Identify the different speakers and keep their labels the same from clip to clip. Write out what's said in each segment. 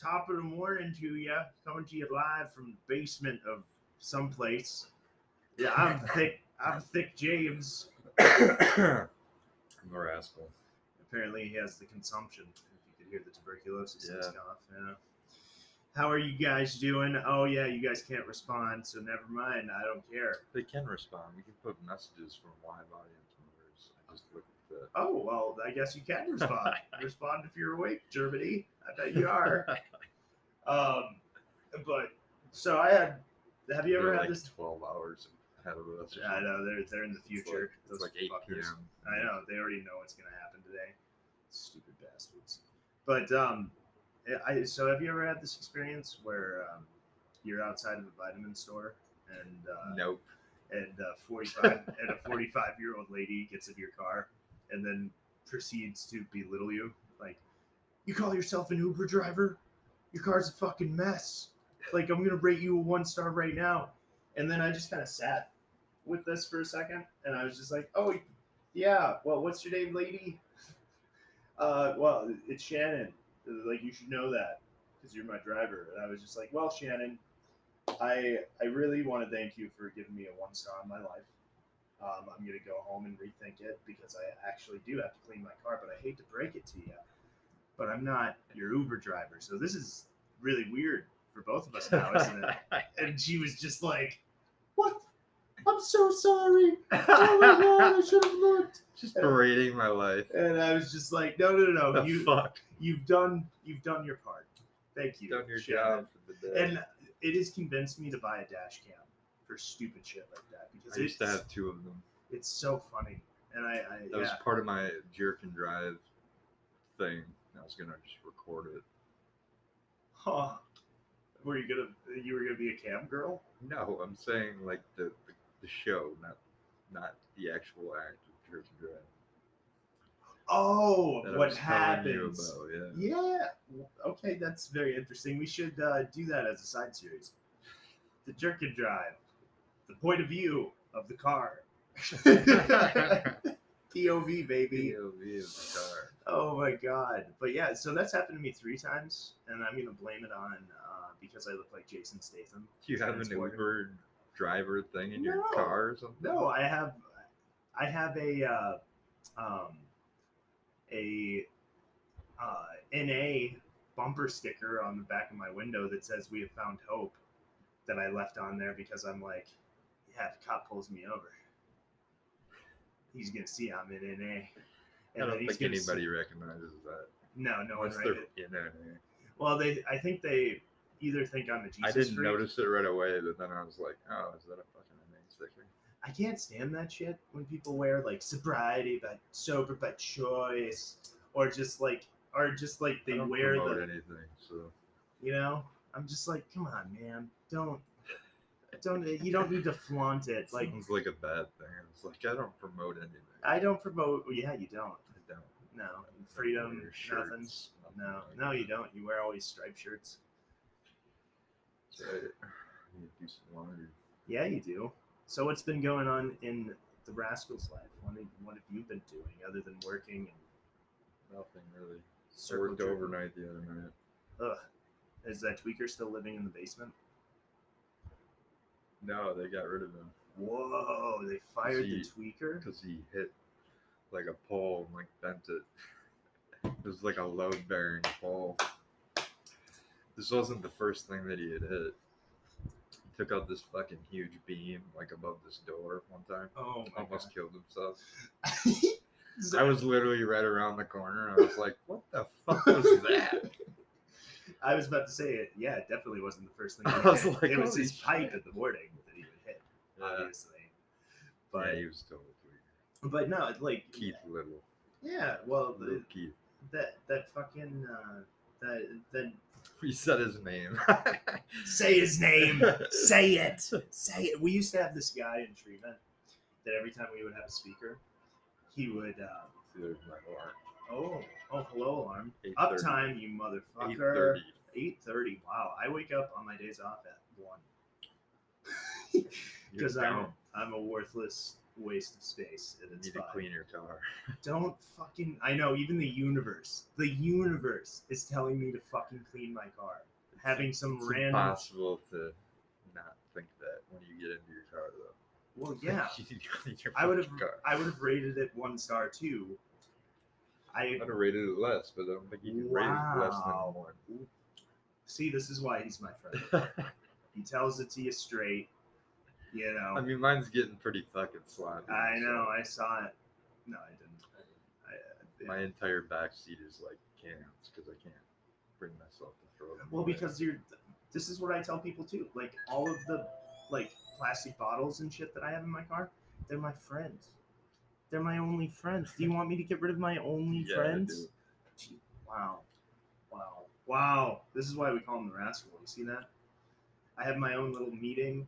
Speaker 1: Top of the morning to you, coming to you live from the basement of someplace. Yeah, I'm thick. I'm thick James.
Speaker 2: I'm a rascal.
Speaker 1: Apparently, he has the consumption. If you could hear the tuberculosis in his
Speaker 2: Yeah.
Speaker 1: cough. Yeah. How are you guys doing? Oh yeah, you guys can't respond, so never mind. I don't care.
Speaker 2: They can respond. We can put messages from live audience members. I just looked at that.
Speaker 1: Oh well, I guess you can respond. respond if you're awake, Germany. I bet you are. um, but so I had. Have you ever
Speaker 2: They're
Speaker 1: had
Speaker 2: like
Speaker 1: this?
Speaker 2: 12 hours ahead of us. or
Speaker 1: I
Speaker 2: something.
Speaker 1: know they're they're in the
Speaker 2: It's like-
Speaker 1: future.
Speaker 2: It's
Speaker 1: those
Speaker 2: like 8
Speaker 1: fuckers.
Speaker 2: p.m.
Speaker 1: I know they already know what's gonna happen today. Stupid bastards. But um, I so have you ever had this experience where um, you're outside of a vitamin store and uh,
Speaker 2: Nope.
Speaker 1: and uh, 45 and a 45 year old lady gets in your car and then proceeds to belittle you like you call yourself an uber driver your car's a fucking mess like i'm gonna rate you a one star right now and then i just kind of sat with this for a second and i was just like oh yeah well what's your name lady uh well it's shannon like you should know that because you're my driver and i was just like well shannon I I really want to thank you for giving me a one star in my life. Um, I'm gonna go home and rethink it because I actually do have to clean my car, but I hate to break it to you, but I'm not your Uber driver, so this is really weird for both of us now, isn't it? And she was just like, "What? I'm so sorry. Oh my god, I should have looked."
Speaker 2: just berating my life.
Speaker 1: And I was just like, "No, no, no, no.
Speaker 2: The
Speaker 1: You
Speaker 2: fuck?
Speaker 1: you've done you've done your part. Thank you.
Speaker 2: Done your
Speaker 1: Shannon."
Speaker 2: job for the day.
Speaker 1: And it has convinced me to buy a dash cam for stupid shit like that because
Speaker 2: I used
Speaker 1: it's,
Speaker 2: to have two of them.
Speaker 1: it's so funny. And I, I
Speaker 2: That
Speaker 1: yeah,
Speaker 2: was part of my jerk and drive thing. I was gonna just record it.
Speaker 1: huh. Were you gonna you were gonna be a cam girl?
Speaker 2: No, I'm saying like the the, the show, not not the actual act of jerk and drive.
Speaker 1: Oh,
Speaker 2: That I
Speaker 1: what
Speaker 2: was telling you
Speaker 1: happens?
Speaker 2: about, yeah.
Speaker 1: Yeah. Okay, that's very interesting. We should uh, do that as a side series. The jerk and drive, the point of view of the car. POV baby.
Speaker 2: POV of the car.
Speaker 1: Oh my god! But yeah, so that's happened to me three times, and I'm gonna blame it on uh, because I look like Jason Statham.
Speaker 2: Do you have an
Speaker 1: Transporter.
Speaker 2: Uber driver thing in your
Speaker 1: No.
Speaker 2: car or something?
Speaker 1: No, I have, I have a, uh, um, a, uh, NA bumper sticker on the back of my window that says "We have found hope," that I left on there because I'm like, yeah, if a cop pulls me over, he's gonna see I'm in NA.
Speaker 2: I don't
Speaker 1: then he's
Speaker 2: think
Speaker 1: gonna see-
Speaker 2: anybody recognizes that.
Speaker 1: no, no one.
Speaker 2: Unless
Speaker 1: read
Speaker 2: they're
Speaker 1: it.
Speaker 2: in there.
Speaker 1: Well, they, I think they either think I'm a Jesus
Speaker 2: I didn't
Speaker 1: freak.
Speaker 2: notice it right away, but then I was like, oh, is that a fucking name sticker?
Speaker 1: I can't stand that shit when people wear like sobriety but sober by choice, or just like, or just like
Speaker 2: I
Speaker 1: they
Speaker 2: don't
Speaker 1: wear
Speaker 2: promote
Speaker 1: the,
Speaker 2: anything, so
Speaker 1: you know. I'm just like, come on, man, don't, don't, you don't need to flaunt it.
Speaker 2: it
Speaker 1: Like,
Speaker 2: sounds like a bad thing. It's like I don't promote anything.
Speaker 1: I don't promote. well, Yeah, you don't.
Speaker 2: I don't.
Speaker 1: No,
Speaker 2: I don't
Speaker 1: freedom,
Speaker 2: wear
Speaker 1: nothing.
Speaker 2: shirts, nothing
Speaker 1: No,
Speaker 2: like
Speaker 1: no, you
Speaker 2: that.
Speaker 1: don't. You wear always striped shirts.
Speaker 2: That's right. I need to do some laundry.
Speaker 1: Yeah, you do. So what's been going on in the Rascals' life? What have, what have you been doing other than working and
Speaker 2: Nothing really. I
Speaker 1: circle
Speaker 2: worked
Speaker 1: jerking?
Speaker 2: overnight the other night.
Speaker 1: Ugh. Is that tweaker still living in the basement?
Speaker 2: No, they got rid of him
Speaker 1: Whoa, they fired the
Speaker 2: he-
Speaker 1: tweaker?
Speaker 2: because he hit like a pole and like bent it. It was like a load bearing pole. This wasn't the first thing that he had hit. He took out this fucking huge beam like above this door one time.
Speaker 1: Oh my
Speaker 2: Almost killed himself.
Speaker 1: god.
Speaker 2: I was literally right around the corner. I was like, what the fuck was that?
Speaker 1: I was about to say it. Yeah, it definitely wasn't the first thing.
Speaker 2: I
Speaker 1: he
Speaker 2: was
Speaker 1: hit.
Speaker 2: like,
Speaker 1: it was
Speaker 2: holy
Speaker 1: his pipe
Speaker 2: shit. Uh,
Speaker 1: at the morning that he would hit,
Speaker 2: Yeah,
Speaker 1: obviously. But
Speaker 2: yeah, he was totally weird.
Speaker 1: but no, like
Speaker 2: Keith Little.
Speaker 1: yeah. Well,
Speaker 2: Little
Speaker 1: the,
Speaker 2: Keith.
Speaker 1: that that fucking uh, that that
Speaker 2: He said his name.
Speaker 1: Say his name. Say it. Say it. We used to have this guy in treatment that every time we would have a speaker, he would. Uh,
Speaker 2: There's my alarm.
Speaker 1: oh, oh, hello, alarm.
Speaker 2: 8:30.
Speaker 1: Uptime, you motherfucker.
Speaker 2: 8:30.
Speaker 1: Eight thirty. Wow, I wake up on my days off at one
Speaker 2: You're
Speaker 1: because I'm
Speaker 2: down.
Speaker 1: I'm a worthless waste of space, and
Speaker 2: You
Speaker 1: it's
Speaker 2: need
Speaker 1: fine.
Speaker 2: to clean your car.
Speaker 1: Don't fucking. I know. Even the universe, the universe is telling me to fucking clean my car. Having some
Speaker 2: It's
Speaker 1: random.
Speaker 2: impossible to not think that when you get into your car, though.
Speaker 1: Well, yeah.
Speaker 2: you need to clean your
Speaker 1: I would have.
Speaker 2: fucking Car.
Speaker 1: I would have rated it one star too. I
Speaker 2: I'd have rated it less, but I don't think you can rate it less
Speaker 1: Wow.
Speaker 2: than one.
Speaker 1: see. This is why he's my friend. He tells it to you straight. You know.
Speaker 2: I mean, mine's getting pretty fucking sloppy.
Speaker 1: I
Speaker 2: so
Speaker 1: know. I saw it. No, I didn't. I, I,
Speaker 2: My entire back seat is like cans because I can't bring myself to throw them.
Speaker 1: well,
Speaker 2: away.
Speaker 1: because you're. This is what I tell people too. Like all of the like plastic bottles and shit that I have in my car, they're my friends. They're my only friends. Do you want me to get rid of my only
Speaker 2: Yeah, I
Speaker 1: friends?
Speaker 2: do.
Speaker 1: Gee, Wow, wow, wow! This is why we call him the rascal. You see that? I have my own little meeting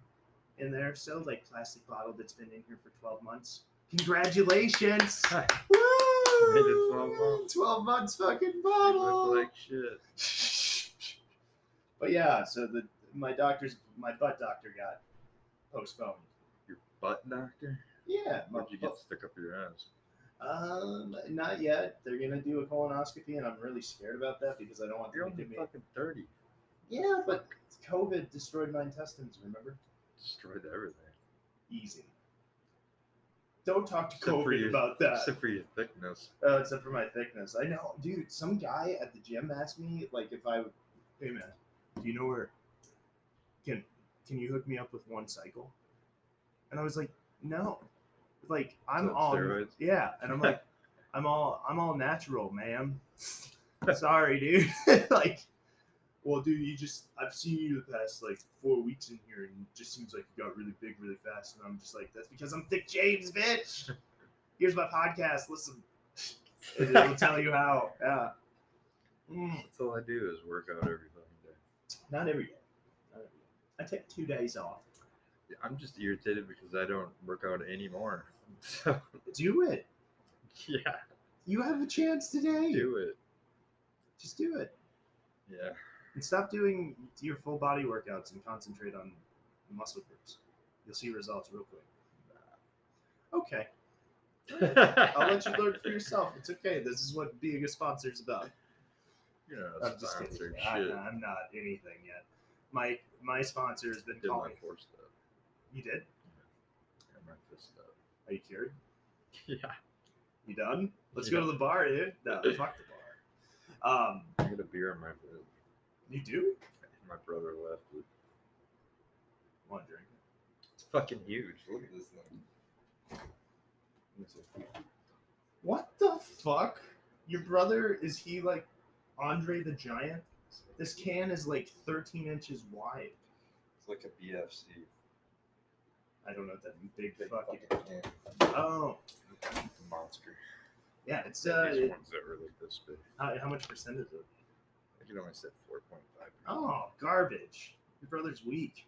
Speaker 1: in there. So like plastic bottle that's been in here for twelve months. Congratulations! Woo!
Speaker 2: Made it 12 months.
Speaker 1: 12 months fucking
Speaker 2: You
Speaker 1: bottle.
Speaker 2: look like shit.
Speaker 1: but yeah, so the my doctor's my butt doctor got postponed.
Speaker 2: Your butt doctor?
Speaker 1: Yeah, my,
Speaker 2: What'd you get stuck up your ass?
Speaker 1: um, not yet. They're gonna do a colonoscopy, and I'm really scared about that because I don't want
Speaker 2: You're
Speaker 1: them to
Speaker 2: only
Speaker 1: give me.
Speaker 2: fucking 30.
Speaker 1: Yeah, but COVID destroyed my intestines. Remember?
Speaker 2: Destroyed everything.
Speaker 1: Easy. Don't talk to
Speaker 2: Except for
Speaker 1: COVID
Speaker 2: your-
Speaker 1: about that.
Speaker 2: Except for your thickness.
Speaker 1: Oh, except for my thickness. I know, dude. Some guy at the gym asked me, like, if I, hey man, do you know where? Can can you hook me up with one cycle? And I was like, no, like I'm
Speaker 2: So
Speaker 1: all
Speaker 2: steroids?
Speaker 1: yeah, and I'm like, I'm all I'm all natural, man. Sorry, dude. like, well, dude, you just I've seen you the past like four weeks in here, and it just seems like you got really big really fast, and I'm just like, that's because I'm thick, James, bitch. Here's my podcast. Listen. And it'll tell you how. Yeah. Mm,
Speaker 2: That's all I do is work out every fucking day.
Speaker 1: not every day. Not every day. I take two days off.
Speaker 2: Yeah, I'm just irritated because I don't work out anymore. So
Speaker 1: Do it.
Speaker 2: yeah,
Speaker 1: You have a chance today.
Speaker 2: do it.
Speaker 1: Just do it.
Speaker 2: Yeah,
Speaker 1: And stop doing your full body workouts and concentrate on muscle groups. You'll see results real quick. Okay. I'll let you learn for yourself. It's okay. This is what being a sponsor is about.
Speaker 2: You know,
Speaker 1: I'm just kidding.
Speaker 2: sponsored
Speaker 1: I,
Speaker 2: shit.
Speaker 1: I'm not anything yet. My my sponsor has been
Speaker 2: Did my
Speaker 1: calling.
Speaker 2: four step
Speaker 1: You did?
Speaker 2: and my fist step.
Speaker 1: Are you cured?
Speaker 2: Yeah,
Speaker 1: You done? Let's
Speaker 2: Yeah.
Speaker 1: go to the bar, dude. No, fuck the bar. Um,
Speaker 2: I got a beer in my fist.
Speaker 1: you do
Speaker 2: My brother left. With,
Speaker 1: want to drink?
Speaker 2: it's fucking huge. Look at this thing.
Speaker 1: Let me see. What the fuck? Your brother is he like Andre the Giant? This can is like 13 inches wide.
Speaker 2: It's like a BFC.
Speaker 1: I don't know what that big
Speaker 2: Big
Speaker 1: fucking.
Speaker 2: fucking can.
Speaker 1: Oh
Speaker 2: It's a monster.
Speaker 1: yeah, it's uh,
Speaker 2: These ones that were like this big.
Speaker 1: how, how much percent is it?
Speaker 2: I can only say four point five.
Speaker 1: Oh, garbage. Your brother's weak.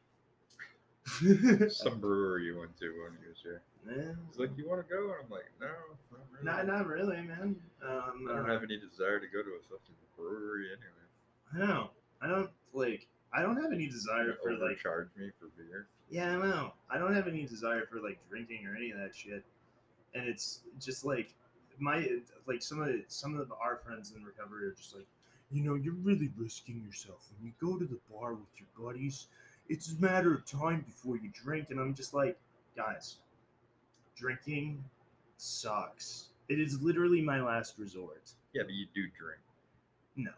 Speaker 2: Some brewery you went to when you was here.
Speaker 1: Eh,
Speaker 2: He's like, "You want to go?" And I'm like, "No, not really."
Speaker 1: not not really, man. Um,
Speaker 2: I don't
Speaker 1: uh,
Speaker 2: have any desire to go to a fucking brewery anyway.
Speaker 1: I know. I don't like. I don't have any desire
Speaker 2: You
Speaker 1: for like.
Speaker 2: overcharge me for beer.
Speaker 1: Yeah, I know. I don't have any desire for like drinking or any of that shit. And it's just like my like some of the, some of our friends in recovery are just like, you know, you're really risking yourself when you go to the bar with your buddies. It's a matter of time before you drink, and I'm just like, guys, drinking sucks. It is literally my last resort.
Speaker 2: Yeah, but you do drink.
Speaker 1: No.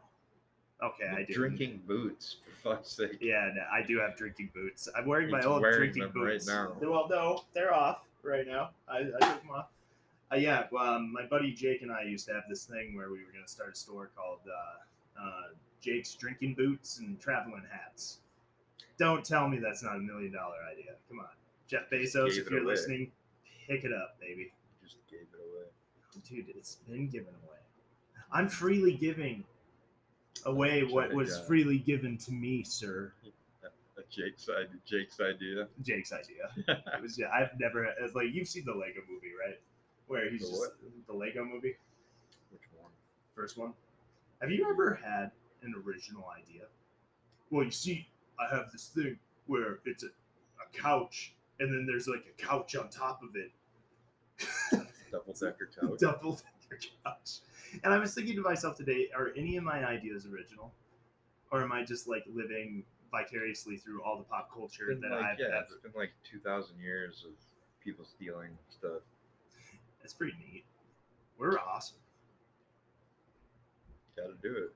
Speaker 1: Okay, I
Speaker 2: You're
Speaker 1: do.
Speaker 2: drinking boots for fuck's sake.
Speaker 1: Yeah, no, I do have drinking boots. I'm wearing my
Speaker 2: He's
Speaker 1: old
Speaker 2: wearing
Speaker 1: drinking
Speaker 2: them right
Speaker 1: boots.
Speaker 2: now.
Speaker 1: Well, no, they're off right now. I, I took them off. Uh, yeah, well, um, my buddy Jake and I used to have this thing where we were going to start a store called uh, uh, Jake's Drinking Boots and Traveling Hats. Don't tell me that's not a million dollar idea. Come on. Jeff
Speaker 2: Just
Speaker 1: Bezos,
Speaker 2: gave
Speaker 1: if
Speaker 2: it
Speaker 1: you're
Speaker 2: away.
Speaker 1: listening, pick it up, baby
Speaker 2: You just gave it away.
Speaker 1: dude, it's been given away. I'm freely giving away what
Speaker 2: Sorry,
Speaker 1: was
Speaker 2: guy.
Speaker 1: freely given to me, sir.
Speaker 2: That's Jake's idea. Jake's idea.
Speaker 1: Jake's idea. It was. Yeah, I've never. It's like you've seen the Lego movie, right? Where he's
Speaker 2: The
Speaker 1: just the Lego movie,
Speaker 2: Which one?
Speaker 1: first one. Have you ever had an original idea? Well, you see, I have this thing where it's a, a couch, and then there's like a couch on top of it,
Speaker 2: Double decker couch.
Speaker 1: double decker couch. And I was thinking to myself today, are any of my ideas original? Or am I just like living vicariously through all the pop culture
Speaker 2: It's been
Speaker 1: that
Speaker 2: like,
Speaker 1: I've
Speaker 2: yeah,
Speaker 1: ever
Speaker 2: it's been like two thousand years of people stealing stuff.
Speaker 1: That's pretty neat. We're awesome.
Speaker 2: Gotta do it.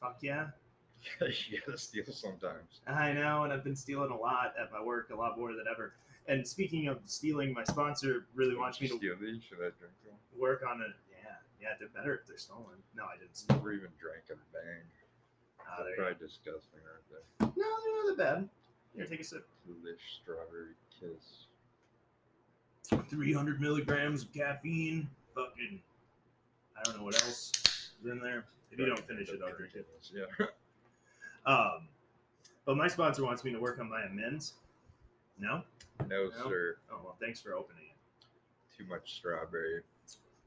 Speaker 1: Fuck yeah.
Speaker 2: you gotta steal sometimes.
Speaker 1: I know, and I've been stealing a lot at my work, a lot more than ever. And speaking of stealing, my sponsor really wants me to
Speaker 2: steal these? Should I drink them?
Speaker 1: work on it. Yeah, yeah, they're better if they're stolen. No, I didn't steal.
Speaker 2: Never even drank a bang.
Speaker 1: Ah,
Speaker 2: They're
Speaker 1: there you
Speaker 2: probably disgusting, aren't they?
Speaker 1: go. No, they're not that bad. Here, take a sip.
Speaker 2: Delish strawberry kiss.
Speaker 1: 300 milligrams of caffeine. Fucking, I don't know what else is in there. If you don't finish it, I'll drink it.
Speaker 2: Yeah.
Speaker 1: Um, but my sponsor wants me to work on my amends. No?
Speaker 2: No,
Speaker 1: No?
Speaker 2: sir.
Speaker 1: Oh, well, thanks for opening it.
Speaker 2: Too much strawberry.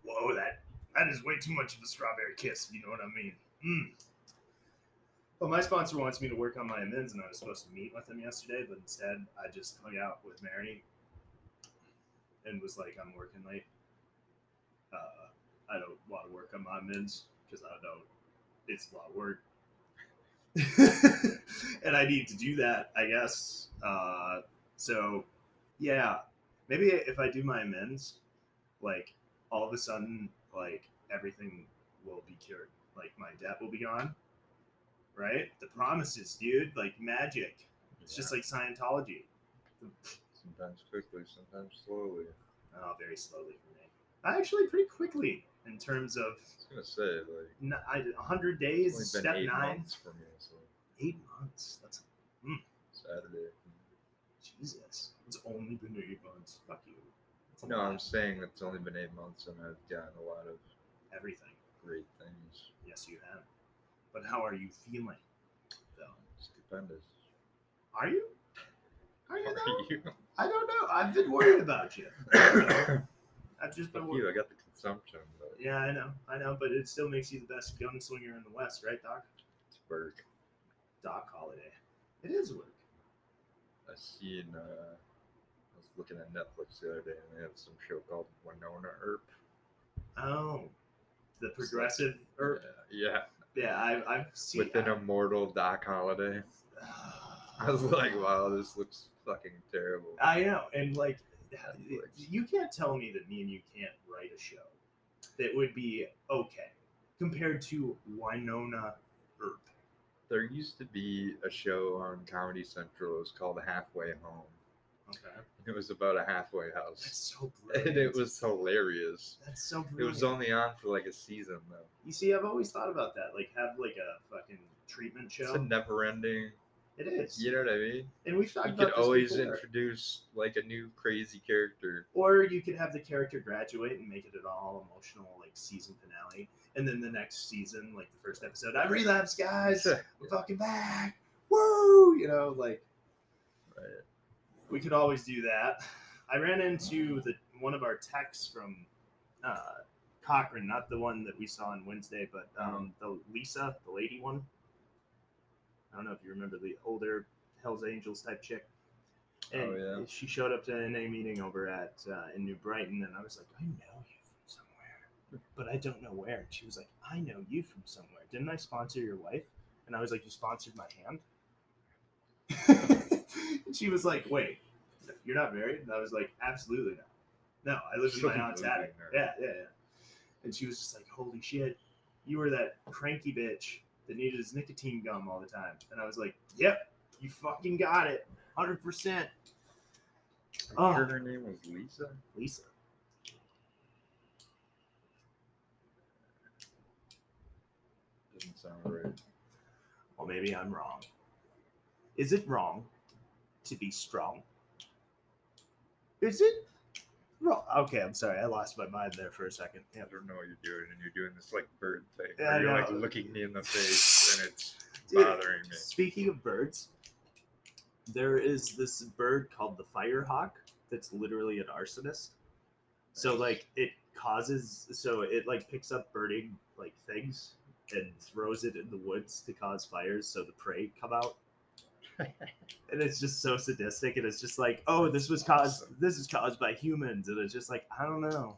Speaker 1: Whoa, that that is way too much of a strawberry kiss, if you know what I mean. Mm. Well, my sponsor wants me to work on my amends, and I was supposed to meet with him yesterday, but instead I just hung out with Mary and was like, I'm working late. Uh, I don't want to work on my amends because I don't. It's a lot of work. and I need to do that, I guess. Uh, so, yeah. Maybe if I do my amends, like, all of a sudden, like everything will be cured. Like my debt will be gone. Right? The promises, dude. Like magic. It's just like Scientology.
Speaker 2: sometimes quickly, sometimes slowly.
Speaker 1: Oh, very slowly for me. Actually, pretty quickly in terms of
Speaker 2: I was gonna say like
Speaker 1: n- I- 100
Speaker 2: it's
Speaker 1: days,
Speaker 2: only been
Speaker 1: step
Speaker 2: eight
Speaker 1: nine.
Speaker 2: months for me. So
Speaker 1: Eight months. That's
Speaker 2: Saturday.
Speaker 1: Jesus. It's only been eight months. Fuck you. That's a
Speaker 2: No,
Speaker 1: lot.
Speaker 2: I'm saying it's only been eight months, and I've gotten a lot of
Speaker 1: everything.
Speaker 2: great things.
Speaker 1: Yes, you have. But how are you feeling, though?
Speaker 2: Stupendous.
Speaker 1: Are you? Are you?
Speaker 2: How
Speaker 1: though?
Speaker 2: are you?
Speaker 1: I don't know. I've been worried about you.
Speaker 2: Fuck
Speaker 1: I've just been
Speaker 2: you!
Speaker 1: worried.
Speaker 2: I got the consumption, but
Speaker 1: Yeah, I know, I know, but it still makes you the best gunslinger in the West, right, Doc?
Speaker 2: it's work.
Speaker 1: Doc Holiday. It is work.
Speaker 2: I seen. Uh, I was looking at Netflix the other day, and they have some show called Winona Earp.
Speaker 1: Oh, the progressive herb.
Speaker 2: Yeah, yeah.
Speaker 1: Yeah, I, I've seen.
Speaker 2: with an immortal Doc Holiday.
Speaker 1: I,
Speaker 2: I was like, wow, this looks fucking terrible.
Speaker 1: I know, and like,
Speaker 2: Netflix.
Speaker 1: you can't tell me that me and you can't write a show that would be okay compared to Winona Earp.
Speaker 2: There used to be a show on Comedy Central. It was called Halfway Home.
Speaker 1: Okay,
Speaker 2: It was about a halfway
Speaker 1: that's
Speaker 2: house,
Speaker 1: so brilliant.
Speaker 2: and it was hilarious.
Speaker 1: that's so brilliant.
Speaker 2: It was only on for like a season though.
Speaker 1: You see, I've always thought about that. Like, have like a fucking treatment show.
Speaker 2: It's a never-ending.
Speaker 1: it is.
Speaker 2: You know what I mean?
Speaker 1: And we've talked
Speaker 2: You
Speaker 1: about
Speaker 2: could
Speaker 1: this
Speaker 2: always
Speaker 1: before.
Speaker 2: introduce like a new crazy character.
Speaker 1: or you could have the character graduate and make it an all emotional like season finale, and then the next season, like the first episode, I relapse, guys.
Speaker 2: right.
Speaker 1: I'm fucking back. Woo! You know, like we could always do that. I ran into the one of our techs from uh, Cochrane, not the one that we saw on Wednesday, but
Speaker 2: Mm-hmm.
Speaker 1: um, the Lisa, the lady one. I don't know if you remember the older Hell's Angels type chick. And
Speaker 2: Oh, yeah.
Speaker 1: she showed up to an A meeting over at uh, in New Brighton, and I was like, I know you from somewhere, but I don't know where. And she was like, I know you from somewhere. Didn't I sponsor your wife? And I was like, You sponsored my hand? and she was like, Wait, you're not married? And I was like, Absolutely not. No, I live in my aunt's attic. Yeah, yeah, yeah. And she was just like, Holy shit, you were that cranky bitch that needed his nicotine gum all the time. And I was like, Yep, you fucking got it. 100%.
Speaker 2: Are you
Speaker 1: Oh.
Speaker 2: sure her name was Lisa.
Speaker 1: Lisa.
Speaker 2: Doesn't sound right.
Speaker 1: Well, maybe I'm wrong. Is it wrong to be strong? Is it wrong? Okay, I'm sorry. I lost my mind there for a second. Yeah.
Speaker 2: I don't know what you're doing, and you're doing this like bird thing.
Speaker 1: Yeah, I
Speaker 2: where you're like
Speaker 1: know.
Speaker 2: looking me in the face, and it's
Speaker 1: Dude,
Speaker 2: bothering me.
Speaker 1: Speaking of birds, there is this bird called the firehawk that's literally an arsonist. So
Speaker 2: Nice.
Speaker 1: like it causes so it like picks up burning like things and throws it in the woods to cause fires so the prey come out. and it's just so sadistic and it's just like oh this was caused
Speaker 2: Awesome.
Speaker 1: this is caused by humans and it's just like i don't know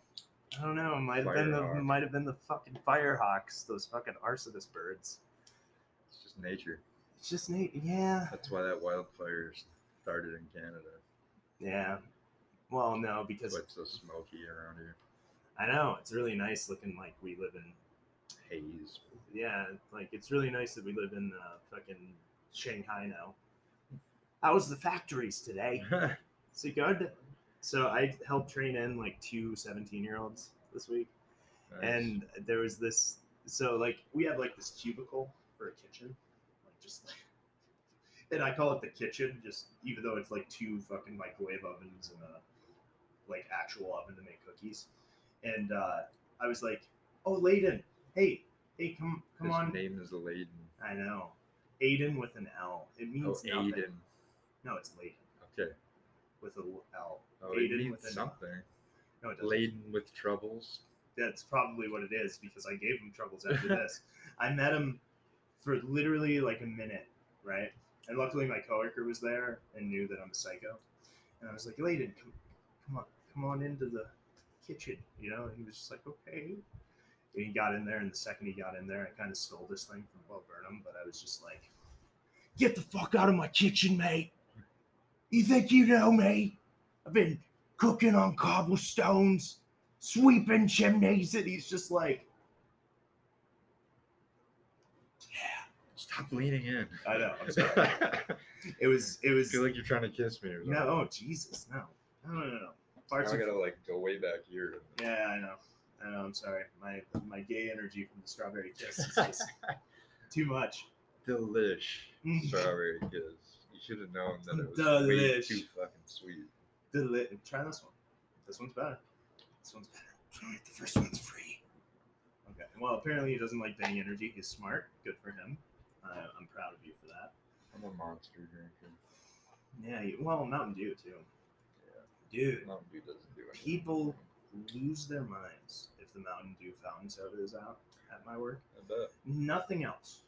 Speaker 1: i don't know might have been the
Speaker 2: Firehawk.
Speaker 1: might have been the fucking firehawks those fucking arsonist birds
Speaker 2: It's just nature.
Speaker 1: it's just neat yeah
Speaker 2: That's why that wildfire started in Canada.
Speaker 1: yeah well no
Speaker 2: That's
Speaker 1: because
Speaker 2: why it's so smoky around here.
Speaker 1: i know it's really nice looking like we live in
Speaker 2: Haze.
Speaker 1: yeah like it's really nice that we live in uh, fucking shanghai now how was the factories today Is it good? So I helped train in like two 17 year olds this week. And there was this, so like we have like this cubicle for a kitchen, like just like, and I call it the kitchen, just even though it's like two fucking microwave ovens and a like actual oven to make cookies. And uh, I was like, oh, Layden, hey, hey, come, come
Speaker 2: His
Speaker 1: on.
Speaker 2: name is Layden.
Speaker 1: I know. Aiden with an L. It
Speaker 2: Oh,
Speaker 1: means nothing.
Speaker 2: Aiden.
Speaker 1: No, it's Layden
Speaker 2: Okay.
Speaker 1: with a l- L.
Speaker 2: Oh,
Speaker 1: Aiden
Speaker 2: it means
Speaker 1: with an-
Speaker 2: something.
Speaker 1: No, it doesn't.
Speaker 2: Laden with troubles.
Speaker 1: that's probably what it is because I gave him troubles after this. I met him for literally like a minute, right? And luckily my coworker was there and knew that I'm a psycho. And I was like, Layden, come, come on, come on into the kitchen, you know? And he was just like, okay. And he got in there, and the second he got in there, I kind of stole this thing from Bo Burnham, but I was just like, get the fuck out of my kitchen, mate. You think you know me? I've been cooking on cobblestones sweeping chimneys, and he's just like,
Speaker 2: Stop leaning in.
Speaker 1: I know, I'm sorry. it was, it
Speaker 2: I
Speaker 1: was
Speaker 2: feel like you're trying to kiss me or something.
Speaker 1: no, oh, Jesus, no, no, no, no, no.
Speaker 2: Now I
Speaker 1: Far too-
Speaker 2: gotta like go way back here.
Speaker 1: yeah, I know, I know. I'm sorry, my my gay energy from the strawberry kiss is just too much.
Speaker 2: Delish
Speaker 1: Mm.
Speaker 2: strawberry kiss. You should have known that it was way
Speaker 1: Delish.
Speaker 2: too fucking sweet.
Speaker 1: Deli- Try this one. This one's better. This one's better. The first one's free. Okay. Well, apparently he doesn't like any energy. He's smart. Good for him. Uh, I'm proud of you for that.
Speaker 2: I'm a monster drinker.
Speaker 1: Yeah. You, well, Mountain Dew too. Dude.
Speaker 2: Mountain Dew doesn't do anything.
Speaker 1: people lose their minds if the Mountain Dew fountain soda is out at my work.
Speaker 2: I bet.
Speaker 1: Nothing else.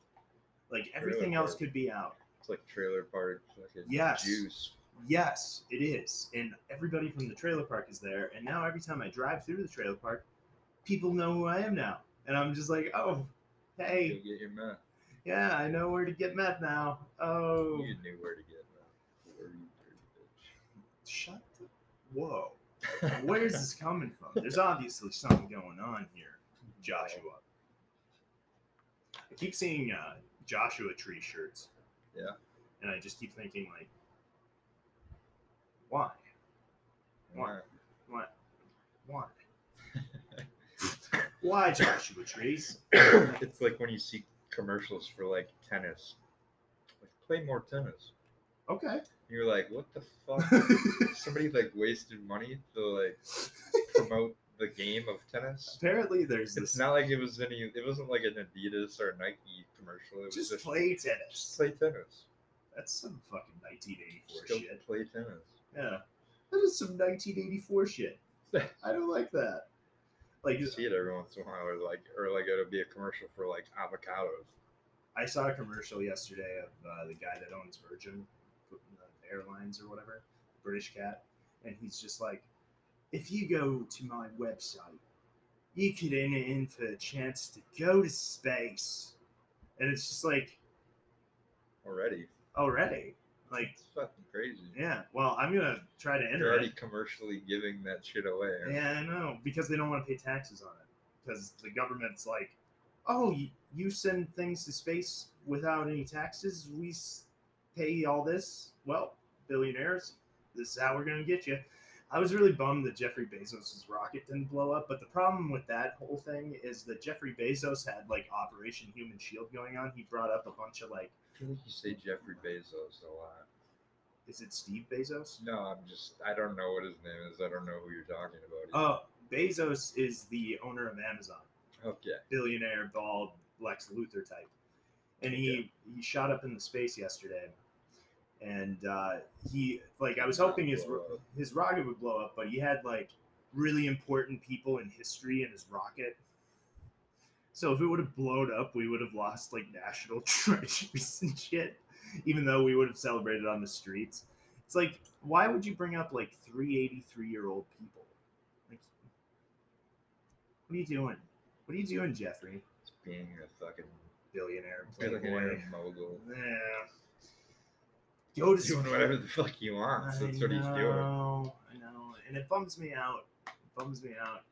Speaker 1: Like everything else could be out.
Speaker 2: It's like trailer park fucking
Speaker 1: Yes.
Speaker 2: juice.
Speaker 1: Yes, it is. And everybody from the trailer park is there. And now every time I drive through the trailer park, people know who I am now. And I'm just like, oh,
Speaker 2: You
Speaker 1: hey,
Speaker 2: get your meth.
Speaker 1: yeah, I know where to get meth now. Oh,
Speaker 2: You knew where to get meth. Where you dirty
Speaker 1: shut the. Whoa.
Speaker 2: bitch.
Speaker 1: Where's this coming from? There's obviously something going on here. Joshua. I keep seeing uh, Joshua Tree shirts.
Speaker 2: Yeah.
Speaker 1: And I just keep thinking, like, why?
Speaker 2: Why?
Speaker 1: Why? Why? why Joshua Trees?
Speaker 2: it's like when you see commercials for like tennis. Like play more tennis.
Speaker 1: Okay.
Speaker 2: You're like, what the fuck? Somebody like wasted money to like promote the game of tennis.
Speaker 1: Apparently, there's
Speaker 2: It's
Speaker 1: this.
Speaker 2: not like it was any. It wasn't like an Adidas or a Nike commercial. It was just,
Speaker 1: just play
Speaker 2: just
Speaker 1: tennis.
Speaker 2: play tennis.
Speaker 1: That's some fucking 1984
Speaker 2: Just go
Speaker 1: shit.
Speaker 2: play tennis.
Speaker 1: Yeah. That is some 1984 shit. I don't like that. Like,
Speaker 2: You see it every once in a while, or like, or like it'll be a commercial for like avocados.
Speaker 1: I saw a commercial yesterday of uh, the guy that owns Virgin uh, Airlines or whatever, British cat, and he's just like, if you go to my website, you could enter in for a chance to go to space, and it's just like
Speaker 2: already.
Speaker 1: already, like
Speaker 2: It's fucking crazy.
Speaker 1: yeah. Well, I'm gonna try to
Speaker 2: They're
Speaker 1: enter
Speaker 2: already
Speaker 1: it.
Speaker 2: commercially giving that shit away.
Speaker 1: Yeah, I know because they don't want to pay taxes on it because the government's like, oh, you, you send things to space without any taxes. We s- pay all this. Well, billionaires, this is how we're gonna get you. I was really bummed that Jeffrey Bezos' rocket didn't blow up, but the problem with that whole thing is that Jeffrey Bezos had like Operation Human Shield going on. He brought up a bunch of like,
Speaker 2: I feel like you say Jeffrey Bezos a lot.
Speaker 1: is it Steve Bezos?
Speaker 2: No, I'm just I don't know what his name is. I don't know who you're talking about.
Speaker 1: Oh, Bezos is the owner of Amazon.
Speaker 2: okay.
Speaker 1: billionaire, bald Lex Luthor type. And he he shot up into space yesterday, and uh, he like I was hoping his
Speaker 2: Blow up.
Speaker 1: his rocket would blow up, but he had like really important people in history in his rocket. So if it would have blown up, we would have lost like national treasures and shit. even though we would have celebrated on the streets. It's like, why would you bring up like three 83 year old people? Like, what are you doing? What are you doing, Jeffrey?
Speaker 2: Just being a fucking
Speaker 1: Billionaire, playboy.
Speaker 2: billionaire mogul.
Speaker 1: Yeah. Go to
Speaker 2: Doing
Speaker 1: sleep.
Speaker 2: whatever the fuck he wants.
Speaker 1: I
Speaker 2: That's what he's doing.
Speaker 1: know, I know, and it bums me out. It bums me out,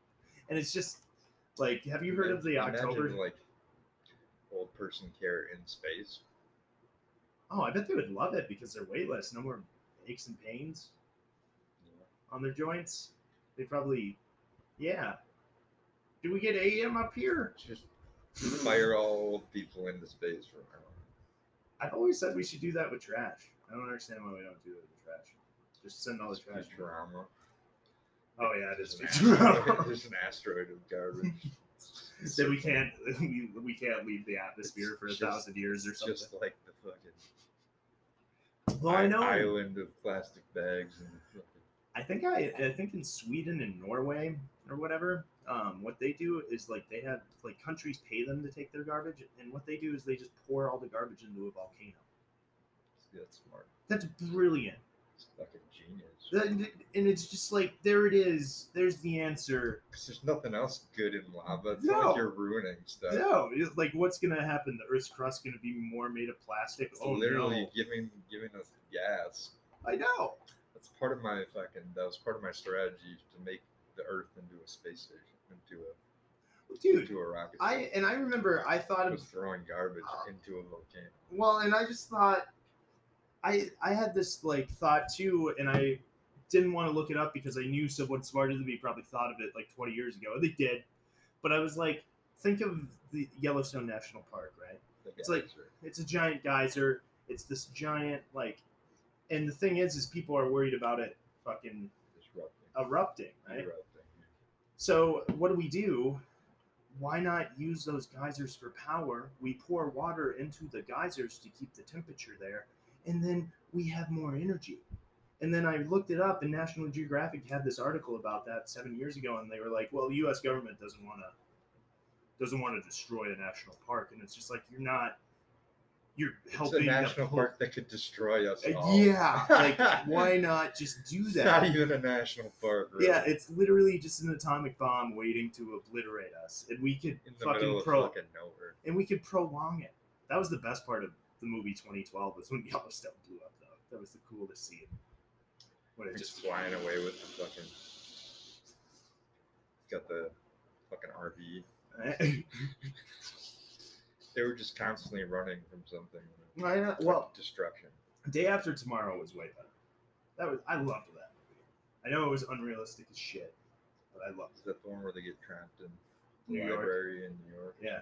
Speaker 1: and it's just like, have you heard of the
Speaker 2: Imagine,
Speaker 1: October?
Speaker 2: like old person care in space.
Speaker 1: Oh, I bet they would love it because they're weightless. No more aches and pains on their joints. They probably, yeah. Do we get AM up here?
Speaker 2: Just fire all old people into space for now.
Speaker 1: I've always said we should do that with trash. I don't understand why we don't do it with trash. Just send all the
Speaker 2: It's
Speaker 1: trash.
Speaker 2: Futurama.
Speaker 1: Oh yeah, it is.
Speaker 2: There's an asteroid-
Speaker 1: Futurama.
Speaker 2: There's an asteroid of garbage.
Speaker 1: that we can't we, we can't leave the atmosphere for a
Speaker 2: Just-
Speaker 1: thousand years or
Speaker 2: It's
Speaker 1: something.
Speaker 2: just like the fucking
Speaker 1: well, I know.
Speaker 2: island of plastic bags and fucking
Speaker 1: I think I, I think in Sweden and Norway or whatever, um, what they do is like they have like countries pay them to take their garbage, and what they do is they just pour all the garbage into a volcano.
Speaker 2: that's smart.
Speaker 1: That's brilliant,
Speaker 2: It's fucking genius.
Speaker 1: That- and it's just like there it is. There's the answer.
Speaker 2: 'Cause there's nothing else good in lava. It's not
Speaker 1: No.
Speaker 2: like you're ruining stuff.
Speaker 1: No, it's like what's gonna happen? The Earth's crust gonna be more made of plastic?
Speaker 2: It's
Speaker 1: Oh
Speaker 2: literally
Speaker 1: no!
Speaker 2: giving giving us gas.
Speaker 1: I know.
Speaker 2: That's part of my fucking. That was part of my strategy to make the Earth into a space station, into a
Speaker 1: Dude,
Speaker 2: into a rocket.
Speaker 1: I and I remember I thought
Speaker 2: ship.
Speaker 1: of
Speaker 2: was throwing garbage
Speaker 1: Uh,
Speaker 2: into a volcano.
Speaker 1: Well, and I just thought, I I had this like thought too, and I didn't want to look it up because I knew someone smarter than me probably thought of it like 20 years ago. and They did, but I was like, think of the Yellowstone National Park, right?
Speaker 2: The
Speaker 1: it's like-
Speaker 2: geyser.
Speaker 1: It's a giant geyser. It's this giant like, and the thing is, is people are worried about it fucking
Speaker 2: disrupting,
Speaker 1: erupting, right?
Speaker 2: erupting.
Speaker 1: So what do we do? Why not use those geysers for power? We pour water into the geysers to keep the temperature there, and then we have more energy. And then I looked it up, and National Geographic had this article about that seven years ago, and they were like, "Well, the U.S. government doesn't want to doesn't want to destroy a national park," and it's just like you're not you're
Speaker 2: It's
Speaker 1: helping the
Speaker 2: a national
Speaker 1: whole-
Speaker 2: park that could destroy us
Speaker 1: Uh,
Speaker 2: all.
Speaker 1: Yeah, like why not just do
Speaker 2: It's
Speaker 1: that?
Speaker 2: not even a national park. Really.
Speaker 1: Yeah, it's literally just an atomic bomb waiting to obliterate us, and we could
Speaker 2: in the middle
Speaker 1: fucking
Speaker 2: of
Speaker 1: pro
Speaker 2: fucking nowhere.
Speaker 1: and we could prolong it. That was the best part of the movie 2012 was when Yellowstone blew up, though. That was the coolest scene. When it
Speaker 2: Just,
Speaker 1: just
Speaker 2: flying away with the fucking. Got the fucking RV. They were just constantly running from something. you know,
Speaker 1: Why not? Well,
Speaker 2: like destruction.
Speaker 1: Day After Tomorrow was way better. That was I loved that movie. I know it was unrealistic as shit, but I loved
Speaker 2: Is that the one where they get trapped in
Speaker 1: New
Speaker 2: the
Speaker 1: York.
Speaker 2: library in New York?
Speaker 1: Yeah.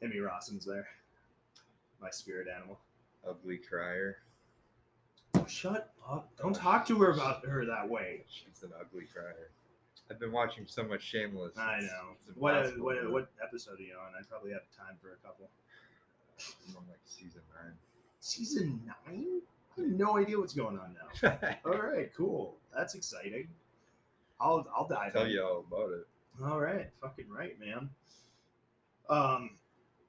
Speaker 2: And,
Speaker 1: it. Emmy Rossum's there, my spirit animal.
Speaker 2: uh, ugly crier.
Speaker 1: Oh, shut up! Don't talk to her about her that way.
Speaker 2: She's an ugly crier. I've been watching so much Shameless.
Speaker 1: I
Speaker 2: it's-
Speaker 1: know.
Speaker 2: it's
Speaker 1: What uh,
Speaker 2: impossible, you
Speaker 1: what
Speaker 2: know.
Speaker 1: what episode are you on? I probably have time for a couple.
Speaker 2: I'm on like season nine.
Speaker 1: Season nine? I have no idea what's going on now. All right, cool. That's exciting. I'll I'll
Speaker 2: I
Speaker 1: dive
Speaker 2: tell
Speaker 1: in.
Speaker 2: you all about it.
Speaker 1: All right, fucking right, man. Um,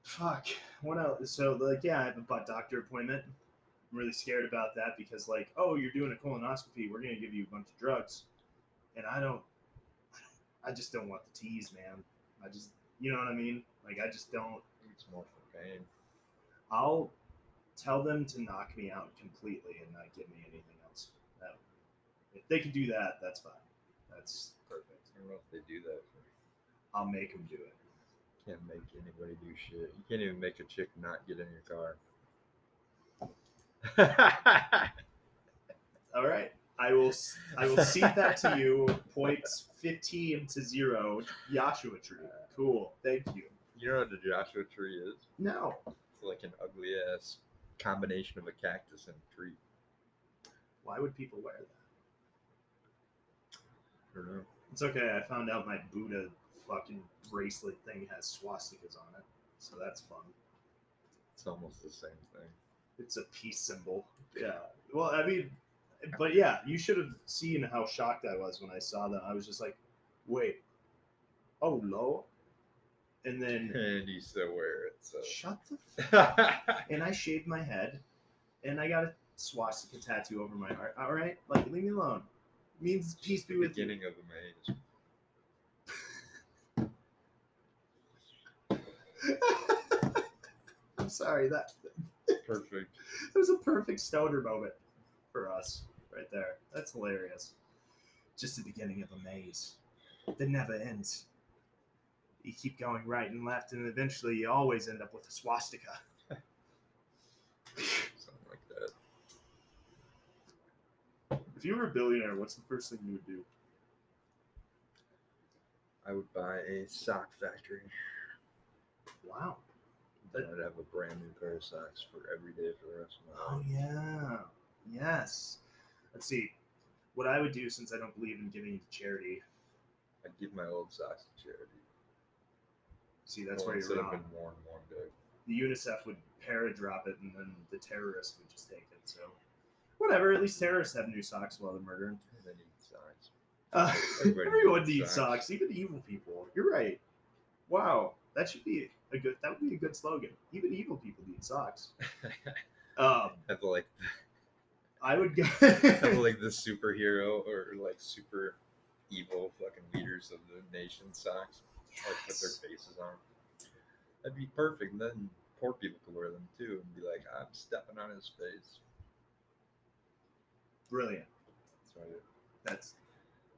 Speaker 1: fuck. What else? So like, yeah, I have a butt doctor appointment. I'm really scared about that because like, oh, you're doing a colonoscopy. We're gonna give you a bunch of drugs, and I don't. I just don't want the teas, man. I just, you know what I mean? Like, I just don't.
Speaker 2: It's more for pain.
Speaker 1: I'll tell them to knock me out completely and not give me anything else. That, if they can do that, that's fine. That's perfect.
Speaker 2: I don't know if they do that. For
Speaker 1: I'll make them do it.
Speaker 2: Can't make anybody do shit. You can't even make a chick not get in your car.
Speaker 1: All right. I will. s- I will cede that to you. Points fifteen to zero. Joshua tree. Cool. Thank you.
Speaker 2: you know what the Joshua tree is?
Speaker 1: No.
Speaker 2: It's like an ugly ass combination of a cactus and a tree.
Speaker 1: Why would people wear that?
Speaker 2: I don't know.
Speaker 1: It's okay. I found out my Buddha fucking bracelet thing has swastikas on it, so that's fun.
Speaker 2: It's almost the same thing.
Speaker 1: It's a peace symbol. Yeah. Well, I mean, but yeah, you should have seen how shocked I was when I saw that. I was just like, wait, oh no. And then
Speaker 2: And you still wear it, so.
Speaker 1: shut the. F- and I shaved my head, and I got a swastika tattoo over my heart. All right, like leave me alone. Means peace be
Speaker 2: The
Speaker 1: with you.
Speaker 2: beginning of the maze.
Speaker 1: I'm sorry that
Speaker 2: Perfect.
Speaker 1: It was a perfect stoner moment for us right there. That's hilarious. Just the beginning of a maze that never ends. You keep going right and left, and eventually you always end up with a swastika.
Speaker 2: Something like that.
Speaker 1: If you were a billionaire, what's the first thing you would do?
Speaker 2: I would buy a sock factory.
Speaker 1: Wow.
Speaker 2: Then I'd have a brand new pair of socks for every day for the rest of my
Speaker 1: Oh,
Speaker 2: life.
Speaker 1: yeah. Yes. Let's see. What I would do, since I don't believe in giving to charity,
Speaker 2: I'd give my old socks to charity.
Speaker 1: see, that's
Speaker 2: The
Speaker 1: where
Speaker 2: ones
Speaker 1: you're
Speaker 2: that have
Speaker 1: wrong.
Speaker 2: been worn one day.
Speaker 1: the UNICEF would paradrop it, and then the terrorists would just take it. So, whatever. At least terrorists have new socks while they're murdering.
Speaker 2: And then you'd socks.
Speaker 1: Uh,
Speaker 2: Everybody
Speaker 1: everyone
Speaker 2: needs
Speaker 1: needs
Speaker 2: socks.
Speaker 1: socks, even the evil people. You're right. Wow, that should be a good. That would be a good slogan. Even evil people need socks. Um,
Speaker 2: have like
Speaker 1: I would go.
Speaker 2: have like the superhero or like super evil fucking leaders of the nation socks. Like put
Speaker 1: Yes.
Speaker 2: their faces on. 'em. That'd be perfect. Then poor people could wear them too and be like, I'm stepping on his face.
Speaker 1: Brilliant.
Speaker 2: That's what, it-
Speaker 1: That's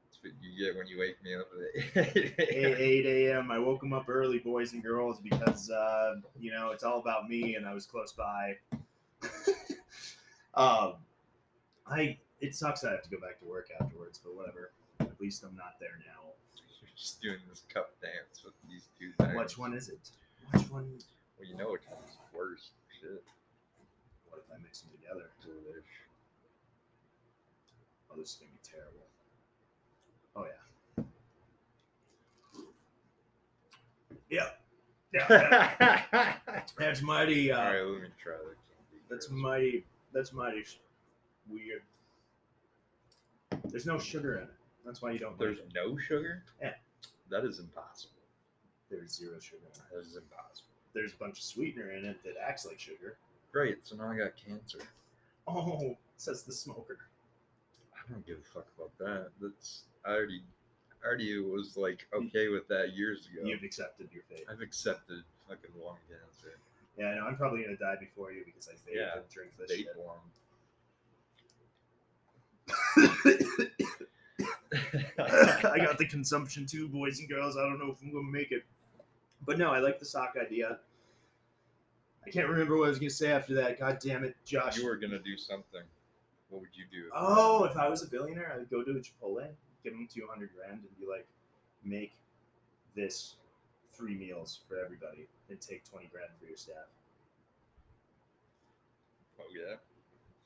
Speaker 2: that's what you get when you wake me up at 8 a.m.
Speaker 1: eight a.m. I woke them up early, boys and girls, because uh, you know it's all about me, and I was close by. um, I it sucks. I have to go back to work afterwards, but whatever. At least I'm not there now.
Speaker 2: You're just doing this cup dance with these two things.
Speaker 1: Which one is it? Which one?
Speaker 2: Well, you know which one's worse. Shit.
Speaker 1: What if I mix them together?
Speaker 2: Delish.
Speaker 1: Oh, this is gonna be terrible. Oh yeah. Yeah. Yeah. yeah. That's mighty. Uh,
Speaker 2: All right, let me try the candy.
Speaker 1: That's
Speaker 2: Crush.
Speaker 1: mighty. That's mighty sh- weird. There's no sugar in it. That's why you don't.
Speaker 2: There's
Speaker 1: like it.
Speaker 2: no sugar?
Speaker 1: Yeah.
Speaker 2: That is impossible.
Speaker 1: there's zero sugar. In it.
Speaker 2: That is impossible.
Speaker 1: There's a bunch of sweetener in it that acts like sugar.
Speaker 2: Great, so now I got cancer.
Speaker 1: Oh, says the smoker.
Speaker 2: I don't give a fuck about that. That's I already I already was like okay with that years ago.
Speaker 1: You've accepted your fate.
Speaker 2: I've accepted fucking lung cancer.
Speaker 1: Yeah, I know. I'm probably gonna die before you because I vaped
Speaker 2: Yeah.
Speaker 1: and drink this
Speaker 2: Vape lung.
Speaker 1: shit. I got the consumption too, boys and girls. I don't know if I'm gonna make it, but no, I like the sock idea. I can't remember what I was gonna say after that. God damn it, Josh.
Speaker 2: you were gonna do something. What would you do?
Speaker 1: Oh, if I was a billionaire, I'd go to a Chipotle, give them 200 grand, and be like, make this three meals for everybody and take 20 grand for your staff.
Speaker 2: Oh yeah.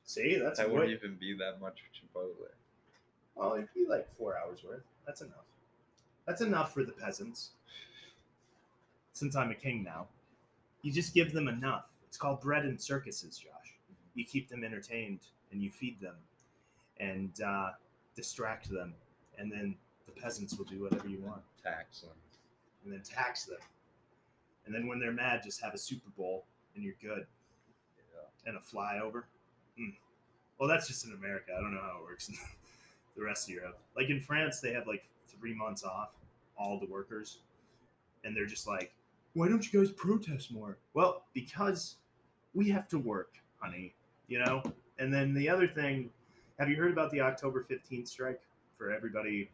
Speaker 1: See, that's a
Speaker 2: That wouldn't
Speaker 1: way.
Speaker 2: even be that much Chipotle.
Speaker 1: Well, it'd be like four hours worth. That's enough. That's enough for the peasants. Since I'm a king now, you just give them enough. It's called bread and circuses, Josh. You keep them entertained and you feed them and uh, distract them, and then the peasants will do whatever you want.
Speaker 2: Tax them.
Speaker 1: and then tax them. And then when they're mad, just have a Super Bowl and you're good
Speaker 2: Yeah.
Speaker 1: and a flyover. Mm. Well, that's just in America. I don't know how it works in the rest of Europe. Like in France, they have like three months off, all the workers, and they're just like, why don't you guys protest more? Well, because we have to work, honey, you know? And then the other thing, have you heard about the October 15th strike for everybody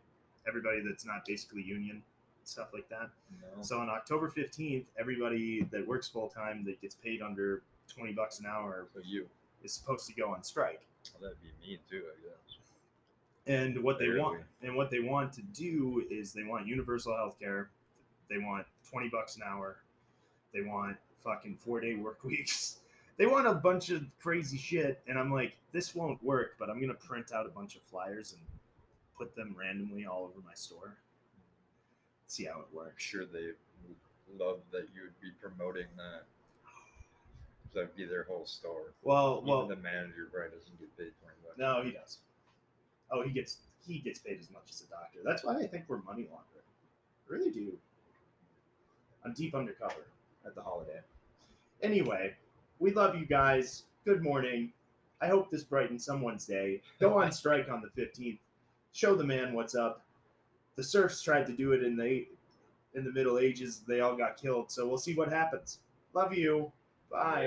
Speaker 1: everybody that's not basically union stuff like that?
Speaker 2: No.
Speaker 1: So on October 15th, everybody that works full time that gets paid under 20 bucks an hour
Speaker 2: So you.
Speaker 1: is supposed to go on strike.
Speaker 2: Well, that'd be me too, I guess.
Speaker 1: And what they want
Speaker 2: Barely.
Speaker 1: and what they want to do is they want universal health care. They want 20 bucks an hour. They want fucking 4-day work weeks. They want a bunch of crazy shit and I'm like this won't work, but I'm going to print out a bunch of flyers and put them randomly all over my store. See how it
Speaker 2: I'm
Speaker 1: works.
Speaker 2: sure they would love that you would be promoting that. 'Cause That'd be their whole store.
Speaker 1: Well,
Speaker 2: Even
Speaker 1: well,
Speaker 2: the manager probably doesn't get paid twenty bucks.
Speaker 1: No, he does. Oh, he gets he gets paid as much as a doctor. That's why I think we're money laundering. I really do. I'm deep undercover at the holiday. Anyway, we love you guys. Good morning. I hope this brightens someone's day. Go on strike on the 15th. Show the man what's up. The serfs tried to do it in the in the Middle Ages. They all got killed. So we'll see what happens. Love you. Bye.